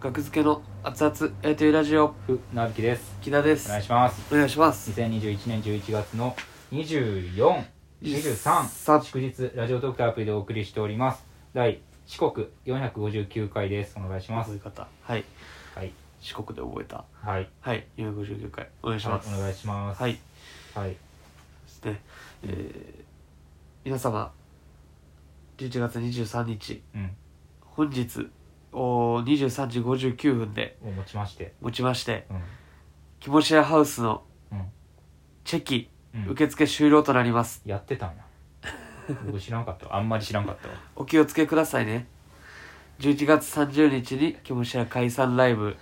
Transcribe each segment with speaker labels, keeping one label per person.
Speaker 1: 学付けの熱々やりとりラジオ
Speaker 2: ふなびきです
Speaker 1: 木田です
Speaker 2: お願いします
Speaker 1: お願いします
Speaker 2: 2021年11月の2423
Speaker 1: 3
Speaker 2: 祝日ラジオトークというアプリでお送りしております第四国459回ですお願いします
Speaker 1: 覚え方はい
Speaker 2: はい
Speaker 1: 四国で覚えた
Speaker 2: はい
Speaker 1: はい459回お願いします
Speaker 2: お願いします
Speaker 1: はい
Speaker 2: はい
Speaker 1: ですねえー皆様11月23日
Speaker 2: うん
Speaker 1: 本日お23時59分で
Speaker 2: をもちまして
Speaker 1: もちまして
Speaker 2: うん
Speaker 1: キモシアハウスの
Speaker 2: うん
Speaker 1: チェキ
Speaker 2: うん
Speaker 1: 受付終了となります
Speaker 2: やってた んや僕知らんかったわあんまり知らんかったわ
Speaker 1: お気をつけくださいね11月30日にキモシア解散ライブ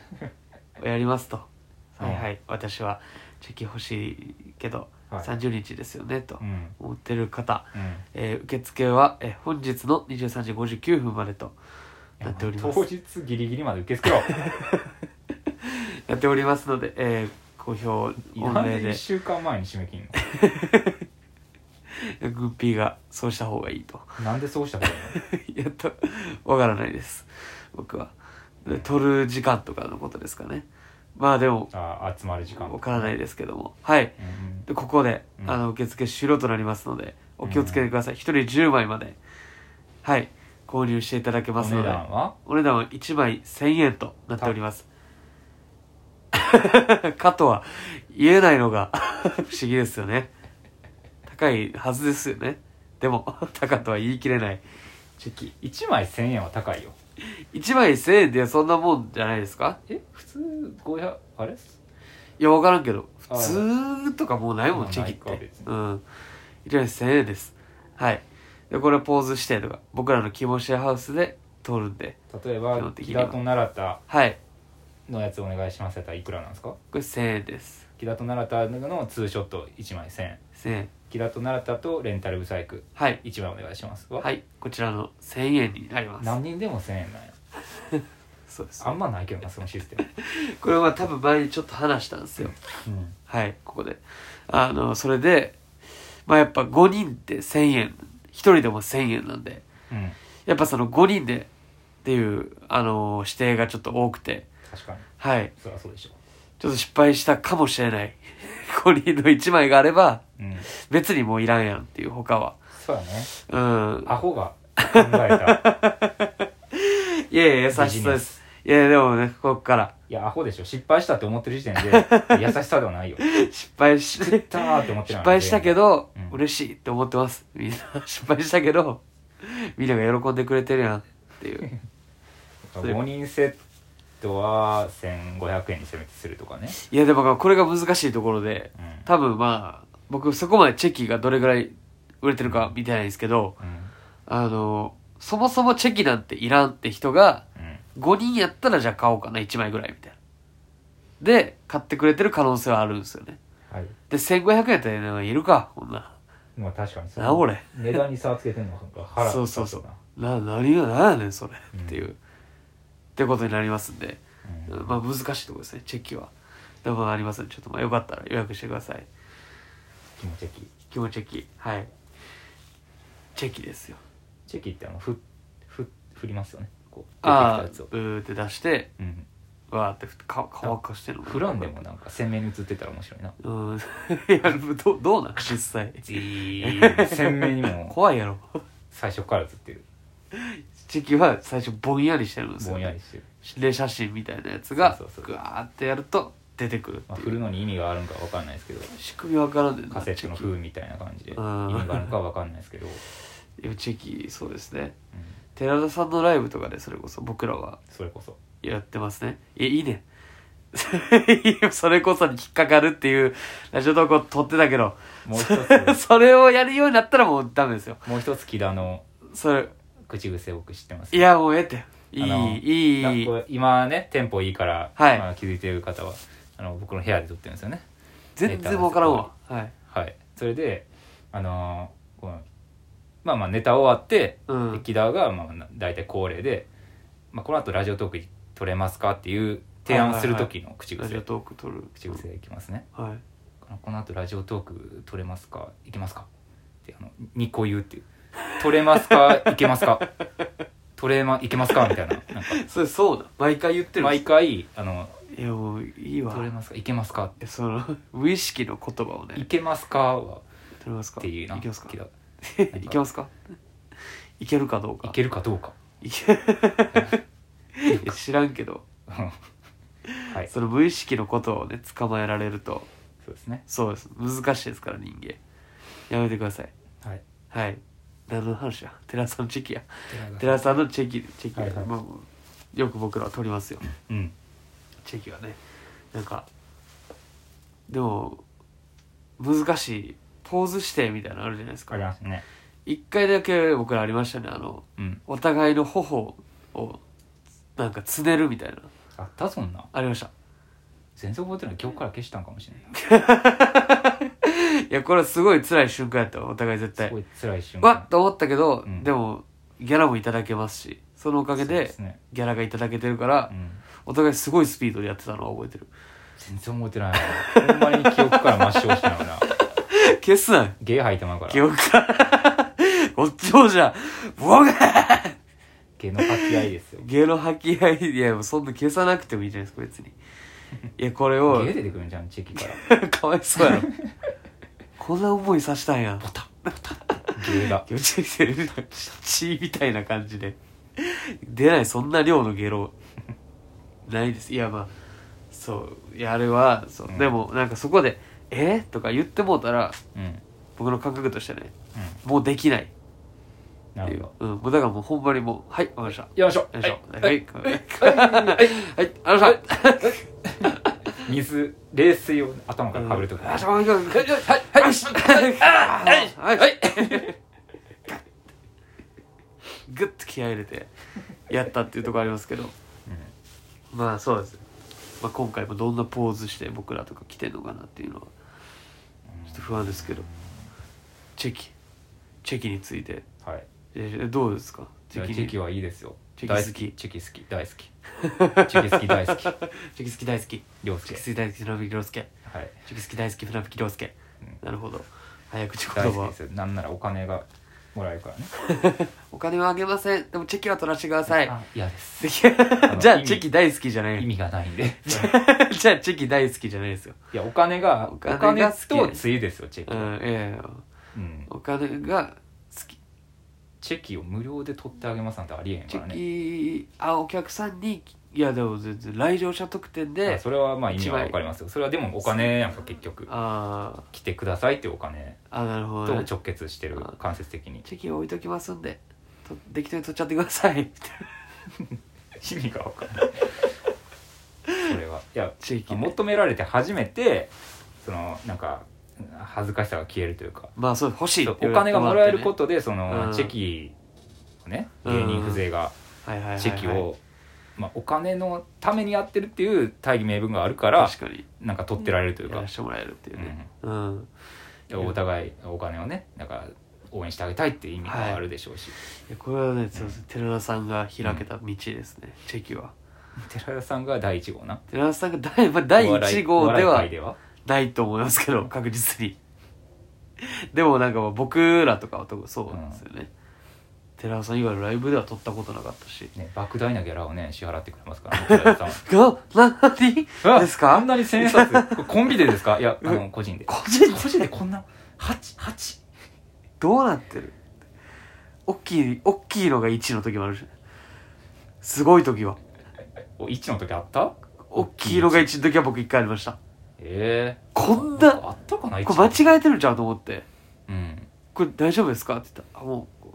Speaker 1: をやりますと
Speaker 2: うん
Speaker 1: はいはい私はチェキ欲しいけど
Speaker 2: はい
Speaker 1: 30日ですよねと
Speaker 2: うん
Speaker 1: 思ってる方
Speaker 2: うん
Speaker 1: えー受付は、えー本日の23時59分までとなっております
Speaker 2: 当日ギリギリまで受け 付けろ
Speaker 1: やっておりますので、えー、好評御
Speaker 2: なん
Speaker 1: 礼
Speaker 2: で1
Speaker 1: で
Speaker 2: 週間前に締め切ん
Speaker 1: グッピーがそうした方がいいと
Speaker 2: のなんでそうしたの
Speaker 1: やっとわからないです僕はで撮る時間とかのことですかねまあでも
Speaker 2: あ集まる時間
Speaker 1: わからないですけどもはい
Speaker 2: うん
Speaker 1: でここで、
Speaker 2: うん
Speaker 1: あの受付終了となりますのでお気をつけてください、一1人10枚まではい購入していただけ
Speaker 2: お
Speaker 1: ますの
Speaker 2: 値
Speaker 1: で
Speaker 2: 段は
Speaker 1: お値段は1枚1000円となっております かとは言えないのが 不思議ですよね高いはずですよねでも高とは言い切れないチェキ
Speaker 2: 1枚1000円は高いよ
Speaker 1: 1枚1000円でそんなもんじゃないですか
Speaker 2: え普通500あれ
Speaker 1: いや分からんけど
Speaker 2: あ
Speaker 1: 普通とかもうないも
Speaker 2: ま
Speaker 1: ん
Speaker 2: あ
Speaker 1: チェキっ
Speaker 2: ないか
Speaker 1: て
Speaker 2: 別に
Speaker 1: うん1枚1000円ですはいでこれポーズしてとか僕らのキモシェアハウスで通るんで
Speaker 2: 例え
Speaker 1: 基
Speaker 2: ば
Speaker 1: 本的
Speaker 2: 木
Speaker 1: には
Speaker 2: 田と奈良田
Speaker 1: はい
Speaker 2: のやつお願いしますやったらいくらなんですか
Speaker 1: これ1000円です
Speaker 2: 木田と奈良田のツーショット1枚1000円
Speaker 1: 1000円
Speaker 2: 木田と奈良田とレンタルブサイク
Speaker 1: はい
Speaker 2: 1枚お願いしますは
Speaker 1: はい、こちらの1000円になります。
Speaker 2: 何人でも1000円なんや
Speaker 1: そうです。
Speaker 2: あんまないけどなそのシステム、
Speaker 1: これは多分前にちょっと話したんですよ。
Speaker 2: うん
Speaker 1: はい、ここで。あの、それで、まあやっぱ5人で1000円、1人でも1000円なんで、
Speaker 2: うん、
Speaker 1: やっぱその5人でっていう、あの、指定がちょっと多くて、
Speaker 2: 確かに
Speaker 1: はい、
Speaker 2: そりゃそうでしょ
Speaker 1: ちょっと失敗したかもしれない。5人の1枚があれば、
Speaker 2: うん
Speaker 1: 別にもういらんやんっていう他は。
Speaker 2: そうやね
Speaker 1: うん。
Speaker 2: アホが考えた
Speaker 1: いやいや、優しさです。いやいや、でもね、ここから。
Speaker 2: いやアホでしょ失敗したって思ってる時点で優しさではないよ
Speaker 1: 失敗し
Speaker 2: 作ったーって思って
Speaker 1: 失
Speaker 2: ない
Speaker 1: 敗したけど、
Speaker 2: うん
Speaker 1: 嬉しいって思ってますみんな 失敗したけどみんなが喜んでくれてるやんっていう
Speaker 2: 5人セットは1500円にせめてするとかね、
Speaker 1: いやでもこれが難しいところで
Speaker 2: うん
Speaker 1: 多分まあ僕そこまでチェキがどれぐらい売れてるか見てないんですけど
Speaker 2: うん
Speaker 1: あのそもそもチェキなんていらんって人が
Speaker 2: うん
Speaker 1: 5人やったらじゃあ買おうかな1枚ぐらいみたいなで買ってくれてる可能性はあるんですよね
Speaker 2: はい
Speaker 1: で1500円ってのはいるかこんな
Speaker 2: まあ確かにそ
Speaker 1: な
Speaker 2: う
Speaker 1: 俺
Speaker 2: 値段に差をつけてんのが腹立つな
Speaker 1: そうそうそな何が何やねんそれっていう、ってことになりますんで、
Speaker 2: うん
Speaker 1: まあ難しいところですねチェキはでもありますんでちょっとまあよかったら予約してください
Speaker 2: 気持ち的
Speaker 1: 気持ちチェキはいチェキですよ
Speaker 2: チェキってあのふふ振りますよねこう
Speaker 1: ああ
Speaker 2: 出てきたやつを
Speaker 1: ブーって出して
Speaker 2: うん
Speaker 1: わーってふか乾かしてるの
Speaker 2: 振らんでもなんか鮮明に映ってたら面白いな
Speaker 1: うん いやどうどうなん実 際
Speaker 2: 鮮明にも
Speaker 1: 怖いやろ
Speaker 2: 最初から映ってる
Speaker 1: チェキは最初ぼんやりしてるんですよ
Speaker 2: ぼんやりしてる、
Speaker 1: で写真みたいなやつが
Speaker 2: そうそうそう
Speaker 1: グワーってやると出てくるって
Speaker 2: まあ、
Speaker 1: いう
Speaker 2: 振るのに意味があるんかわかんないですけど
Speaker 1: 仕組みわからんねん
Speaker 2: カセットの
Speaker 1: チェ
Speaker 2: 風みたいな感じで意
Speaker 1: う
Speaker 2: 味
Speaker 1: ん
Speaker 2: があるのかわかんないですけど、うん
Speaker 1: キいやチェキそうですね寺田さんのライブとかでそれこそ僕らは
Speaker 2: それこそ
Speaker 1: やってますねいやいいね いやそれこそに引っかかるっていうラジオ投稿撮ってたけど
Speaker 2: もう一つ
Speaker 1: それをやるようになったらもうダメですよ
Speaker 2: もう一つ木田の
Speaker 1: それ
Speaker 2: 口癖僕知ってます
Speaker 1: いやもうええってい
Speaker 2: あの
Speaker 1: いいいい
Speaker 2: なんか今ねテンポいいから、
Speaker 1: はい
Speaker 2: まあ、気づいてる方はあの僕の部屋で撮ってるんですよね
Speaker 1: 全然わからんわはい
Speaker 2: はいそれであのーこのまあまあネタ終わって、
Speaker 1: うん
Speaker 2: 木田がまあな大体恒例で、まあ、この後ラジオトーク撮れますかっていう提案をする時の口癖、
Speaker 1: ラジオトーク撮る
Speaker 2: 口癖いきますね
Speaker 1: うんはい
Speaker 2: この後ラジオトーク撮れますかいけますかってあの2個言うっていう「撮れますかいけますか取れまいけますかみたいななんか
Speaker 1: それそうだ毎回言ってるんで
Speaker 2: 毎
Speaker 1: す
Speaker 2: 回あの
Speaker 1: いやもういいわ
Speaker 2: 取れますかいけますか
Speaker 1: その 無意識の言葉を
Speaker 2: い
Speaker 1: ね
Speaker 2: けますかは
Speaker 1: 取れますか
Speaker 2: っていうな
Speaker 1: けますか
Speaker 2: けどなんか
Speaker 1: いけますかいけるかどうか
Speaker 2: いけるかどうか
Speaker 1: いけ知らんけど
Speaker 2: うんはい
Speaker 1: その無意識のことをね捕まえられると
Speaker 2: そうですね
Speaker 1: そうです難しいですから人間やめてください
Speaker 2: はい
Speaker 1: はい何の話や寺さんのチェキや寺
Speaker 2: 寺
Speaker 1: さんのチェキチェキ、
Speaker 2: はいはい
Speaker 1: まあよく僕らは取りますよ
Speaker 2: うん
Speaker 1: チェキはねなんかでも難しいポーズしてみたいなのあるじゃないです
Speaker 2: あ
Speaker 1: か
Speaker 2: りますね
Speaker 1: 一回だけ僕らありましたねあの
Speaker 2: うん
Speaker 1: お互いの頬をなんかつねるみたいな
Speaker 2: あったそんな
Speaker 1: ありました
Speaker 2: 全然覚えてない今日から消したんかもしれない
Speaker 1: いやこれすごい辛い瞬間やったわお互い絶
Speaker 2: す
Speaker 1: 対
Speaker 2: ごい辛い瞬間
Speaker 1: わっと思ったけど、
Speaker 2: うん
Speaker 1: でもギャラもいただけますしそのおかげ
Speaker 2: そう
Speaker 1: です
Speaker 2: ね
Speaker 1: ギャラがいただけてるから、
Speaker 2: うん
Speaker 1: お互いすごいスピードでやってたのは覚えてる
Speaker 2: 全然覚えてないなほんまに記憶から抹消してないな
Speaker 1: 消すな
Speaker 2: ゲー吐いてまうから
Speaker 1: 記憶からこっちもじゃボガー
Speaker 2: ゲーの吐き合いですよ
Speaker 1: ゲの吐き合いいやそんな消さなくてもいいじゃないですか別にいやこれ
Speaker 2: ゲ
Speaker 1: を
Speaker 2: ー出てくるんじゃん地域から
Speaker 1: かわい そうやろこんな思いさしたんや
Speaker 2: ボタンボタンゲーが
Speaker 1: 気持ち悪い血みたいな感じで出ないそんな量のゲロないですいやまあそういやあれはそう、
Speaker 2: うん
Speaker 1: でもなんかそこで「えとか言ってもうたら
Speaker 2: うんうん
Speaker 1: 僕の感覚としてねもうできないっ
Speaker 2: な
Speaker 1: てい
Speaker 2: る
Speaker 1: う
Speaker 2: ほ、
Speaker 1: うん、もうだからもうほんまにもう「はいわかりました」
Speaker 2: どよいしょ
Speaker 1: よいしょ
Speaker 2: は
Speaker 1: はいい
Speaker 2: はい
Speaker 1: はいはいありがとうございました
Speaker 2: 水冷水を頭からかぶると
Speaker 1: ありが
Speaker 2: か
Speaker 1: とうございました
Speaker 2: はいはいはい
Speaker 1: はい
Speaker 2: はい
Speaker 1: グッと気合い入れてやったっていうところありますけど
Speaker 2: う
Speaker 1: まあそうです、まあ、今回もどんなポーズして僕らとか来てるのかなっていうのはちょっと不安ですけどチェキチェキについて
Speaker 2: んはい
Speaker 1: えどうですか
Speaker 2: じゃあチ
Speaker 1: に
Speaker 2: ェキはいいですよ
Speaker 1: チェキ好き
Speaker 2: 大チェキ好き大好きチェキ好き大好 き
Speaker 1: チェキ好き大好き
Speaker 2: 涼
Speaker 1: チェ
Speaker 2: 介
Speaker 1: キ好き大好き船吹き涼介
Speaker 2: はい
Speaker 1: チェキ好き大好き船吹き涼介
Speaker 2: うん
Speaker 1: なるほど早口言
Speaker 2: 大好き
Speaker 1: 葉
Speaker 2: ですよなんならお金がもらえるからね
Speaker 1: お金はあげませんでもチェキは取らせてください
Speaker 2: あ嫌です
Speaker 1: チェキ じゃあ
Speaker 2: 意味
Speaker 1: チェキ大好きじゃない
Speaker 2: 意味が ないんで
Speaker 1: じゃあチェキ大好きじゃないですよ
Speaker 2: いやお金がお
Speaker 1: お
Speaker 2: 金
Speaker 1: 金が好き
Speaker 2: とついですよチェキ
Speaker 1: う
Speaker 2: は、
Speaker 1: んいやいや
Speaker 2: うん
Speaker 1: お金が好き
Speaker 2: チェキを無料で取ってあげますなんてありえへん
Speaker 1: チ
Speaker 2: からね
Speaker 1: ェキあお客さんにいやでも全然来場者特典
Speaker 2: まあ
Speaker 1: で
Speaker 2: それはまあ意味はわかりますよそれはでもお金やんか結局
Speaker 1: あ
Speaker 2: 来てくださいっていうお金
Speaker 1: ーあなるほ
Speaker 2: と
Speaker 1: どね、
Speaker 2: 直結してる間接的に
Speaker 1: チェキ置いときますんでと適当に取っちゃってください
Speaker 2: 意味がわかんないそれはいや
Speaker 1: チェキ、ね、
Speaker 2: 求められて初めてそのなんか恥ずかしさが消えるというか
Speaker 1: まあそう欲しい
Speaker 2: そ
Speaker 1: っ
Speaker 2: う
Speaker 1: て
Speaker 2: お
Speaker 1: 言われ
Speaker 2: 金が
Speaker 1: て
Speaker 2: も
Speaker 1: っ
Speaker 2: らえ
Speaker 1: てね
Speaker 2: ることでその
Speaker 1: うん
Speaker 2: チェキをね芸人風情が
Speaker 1: はいはいはいはい
Speaker 2: チェキをまあお金のためにやってるっていう大義名分があるから
Speaker 1: 確かに
Speaker 2: なんか取ってられるという
Speaker 1: や
Speaker 2: から
Speaker 1: してもらえるっていうね
Speaker 2: う
Speaker 1: うん、
Speaker 2: んお互いお金をねなんか応援してあげたいっていう意味があるでしょうし
Speaker 1: いやこれはねそうです寺田さんが開けた道ですね、チェキは
Speaker 2: 寺田さんが第一号な
Speaker 1: 寺田さんが第,、まあ、第1
Speaker 2: お
Speaker 1: 号
Speaker 2: 笑
Speaker 1: で
Speaker 2: いお
Speaker 1: は
Speaker 2: 笑い界では
Speaker 1: ないと思いますけど確実にでもなんかまあ僕らとかはとそうなんですよね、寺尾さん以外のライブでは撮ったことなかったし
Speaker 2: ね莫大なギャラをね支払ってくれますからね寺田さんは
Speaker 1: が何
Speaker 2: あ
Speaker 1: ですか
Speaker 2: こんなに千円札これコンビでですかいやあの個人で
Speaker 1: 個人
Speaker 2: 個人でこんな八八
Speaker 1: どうなってる大きい大きいのが1の時もあるしすごい時は
Speaker 2: お一の時あった
Speaker 1: 大きいのが1の時は僕1回ありました
Speaker 2: ええ
Speaker 1: こんな
Speaker 2: あったかな一
Speaker 1: これ間違えてるんじゃんと思って
Speaker 2: うん
Speaker 1: これ大丈夫ですかって言ったらあもう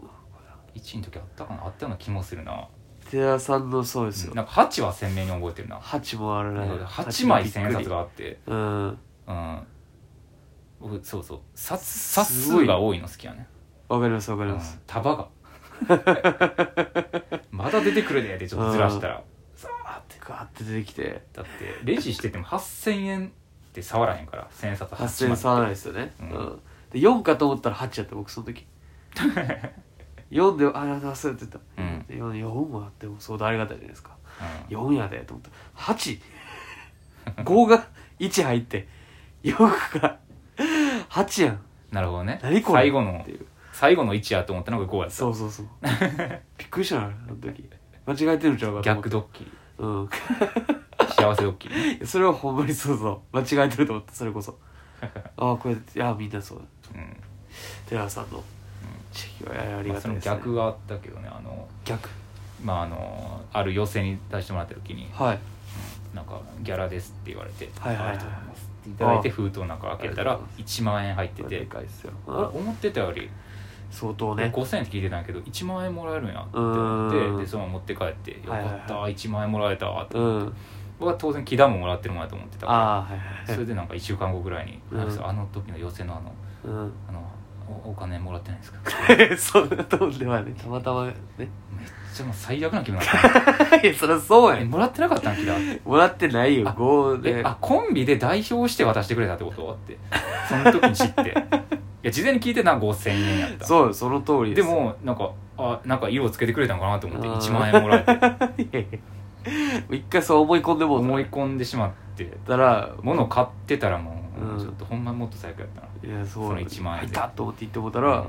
Speaker 2: 一の時あったかなあったような気もするな
Speaker 1: 寺田さんのそうですよ、
Speaker 2: なんか八は鮮明に覚えてるな
Speaker 1: 8もあるね
Speaker 2: 八枚千円札
Speaker 1: が
Speaker 2: があって
Speaker 1: うん
Speaker 2: うん僕そうそう札
Speaker 1: す
Speaker 2: 札数が多いの好きやね
Speaker 1: わかりますわかります、
Speaker 2: うん束が まだ出てくるねってちょっとずらしたらさあって
Speaker 1: ガーって出てきて
Speaker 2: だってレジしてても8000円って触らへんから千円札
Speaker 1: 8000円触らないですよね、
Speaker 2: う
Speaker 1: うんんで4かと思ったら8やった僕その 時4で「あら忘れてた」
Speaker 2: うん
Speaker 1: で 4, 4もあっても相当ありがたいじゃないですか
Speaker 2: うん
Speaker 1: 4やでと思った85 が1入って4が8やん
Speaker 2: なるほどね
Speaker 1: 何これ
Speaker 2: 最後の
Speaker 1: っていう
Speaker 2: 最後の位置やと思ったのが5やった
Speaker 1: そうそう そうびっくりしたなあの時間違えてるんちゃうかと思って
Speaker 2: 逆ドッキリ
Speaker 1: うん
Speaker 2: 幸せドッキリね、
Speaker 1: それはほんまにそうそう間違えてると思ったそれこそああこれいやみんなそう
Speaker 2: うん
Speaker 1: 寺田さんの地域はあり
Speaker 2: ま
Speaker 1: が
Speaker 2: あ、そ
Speaker 1: たい
Speaker 2: の
Speaker 1: です、ね
Speaker 2: 逆があったけどねあの
Speaker 1: 逆
Speaker 2: まああのある寄席に出してもらった時に
Speaker 1: はい
Speaker 2: なんかギャラですって言われて、
Speaker 1: はいはいはい
Speaker 2: ありがとうございますっていただいて封筒の中開けた
Speaker 1: あ
Speaker 2: ら
Speaker 1: りがとうござい
Speaker 2: 1万円入って
Speaker 1: これで
Speaker 2: て
Speaker 1: かいっすよ
Speaker 2: あれ思ってたより、
Speaker 1: 相当ね
Speaker 2: 5000円って聞いてたんやけど1万円もらえるんやって思っ
Speaker 1: うん
Speaker 2: てでそのまま持って帰ってよか
Speaker 1: はいはいはい
Speaker 2: った、1万円もらえたわって
Speaker 1: うん
Speaker 2: 僕は当然木田ももらってるもんやと思ってたから
Speaker 1: ああはいはい
Speaker 2: そ
Speaker 1: は
Speaker 2: れ
Speaker 1: い
Speaker 2: でなんか1週間後ぐらいに「
Speaker 1: うん
Speaker 2: あの人あの時の寄せのあの
Speaker 1: うん
Speaker 2: あのおお金もらってないんですか? 」
Speaker 1: そんなとんではねたまたまね
Speaker 2: めっちゃもう最悪な気分になった
Speaker 1: いやそりゃそうや
Speaker 2: え
Speaker 1: ん
Speaker 2: もらってなかったん木田
Speaker 1: もらってないよ
Speaker 2: あ
Speaker 1: 5
Speaker 2: え
Speaker 1: で
Speaker 2: あコンビで代表して渡してくれたってことってその時に知っ ていや事前に聞いてな5000円やった
Speaker 1: そうよその通り
Speaker 2: ですもなんかあなんか色をつけてくれたのかなと思って
Speaker 1: あー
Speaker 2: 1万円もら えて
Speaker 1: いやいやもう一回そう思い込んでもう
Speaker 2: 思い
Speaker 1: っ
Speaker 2: 込んでしまって
Speaker 1: たら
Speaker 2: 物を買ってたらもう、
Speaker 1: うん
Speaker 2: ちょっとほんまもっと最悪やったない
Speaker 1: やそう
Speaker 2: その1万円で
Speaker 1: 入ったと思って行ってもうたら、
Speaker 2: うん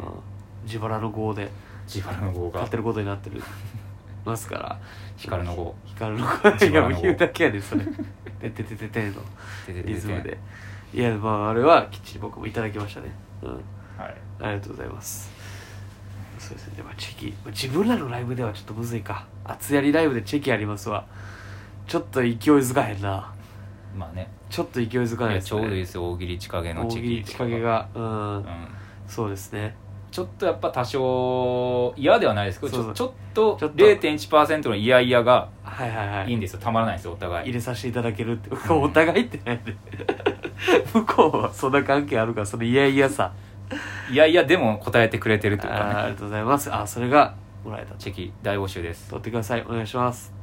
Speaker 1: 自腹の5で
Speaker 2: 自腹の号
Speaker 1: 買
Speaker 2: が
Speaker 1: ってることにな ってるますから
Speaker 2: 光の号
Speaker 1: 光の5
Speaker 2: 自
Speaker 1: いや
Speaker 2: 腹の
Speaker 1: も
Speaker 2: 号
Speaker 1: う言うだけやでそれ「ててててて」の
Speaker 2: ででで
Speaker 1: リ
Speaker 2: で
Speaker 1: ズムでいやまああれはきっちり僕もいただきましたねうん
Speaker 2: はい
Speaker 1: ありがとうございますそうですねでまあチェキまあ自分らのライブではちょっとむずいか厚やりライブでチェキありますわちょっと勢いづかへんな
Speaker 2: まあね
Speaker 1: ちょっと勢いづかない
Speaker 2: い
Speaker 1: で
Speaker 2: や
Speaker 1: す
Speaker 2: ちょうどいいで
Speaker 1: ね
Speaker 2: すよ大喜利地影
Speaker 1: 大
Speaker 2: のチ
Speaker 1: 喜
Speaker 2: ェ
Speaker 1: 利仕
Speaker 2: キ
Speaker 1: 掛けがうん、
Speaker 2: うん
Speaker 1: そうですね
Speaker 2: ちょっとやっぱ多少嫌ではないですけどち
Speaker 1: そう
Speaker 2: ょちょっと
Speaker 1: ちょっと
Speaker 2: 0.1%の嫌々が
Speaker 1: はいはいはい
Speaker 2: いいんですよたまらないですよお互い
Speaker 1: 入れさせていただけるって お互いってないで 向こうはそんな関係あるからそのいやいやさ
Speaker 2: いやいやでも答えてくれてる
Speaker 1: あ
Speaker 2: という
Speaker 1: ーあ
Speaker 2: か
Speaker 1: り
Speaker 2: ね
Speaker 1: がとうございますあそれがもらえた
Speaker 2: チェキ大募集です
Speaker 1: 取ってくださいお願いします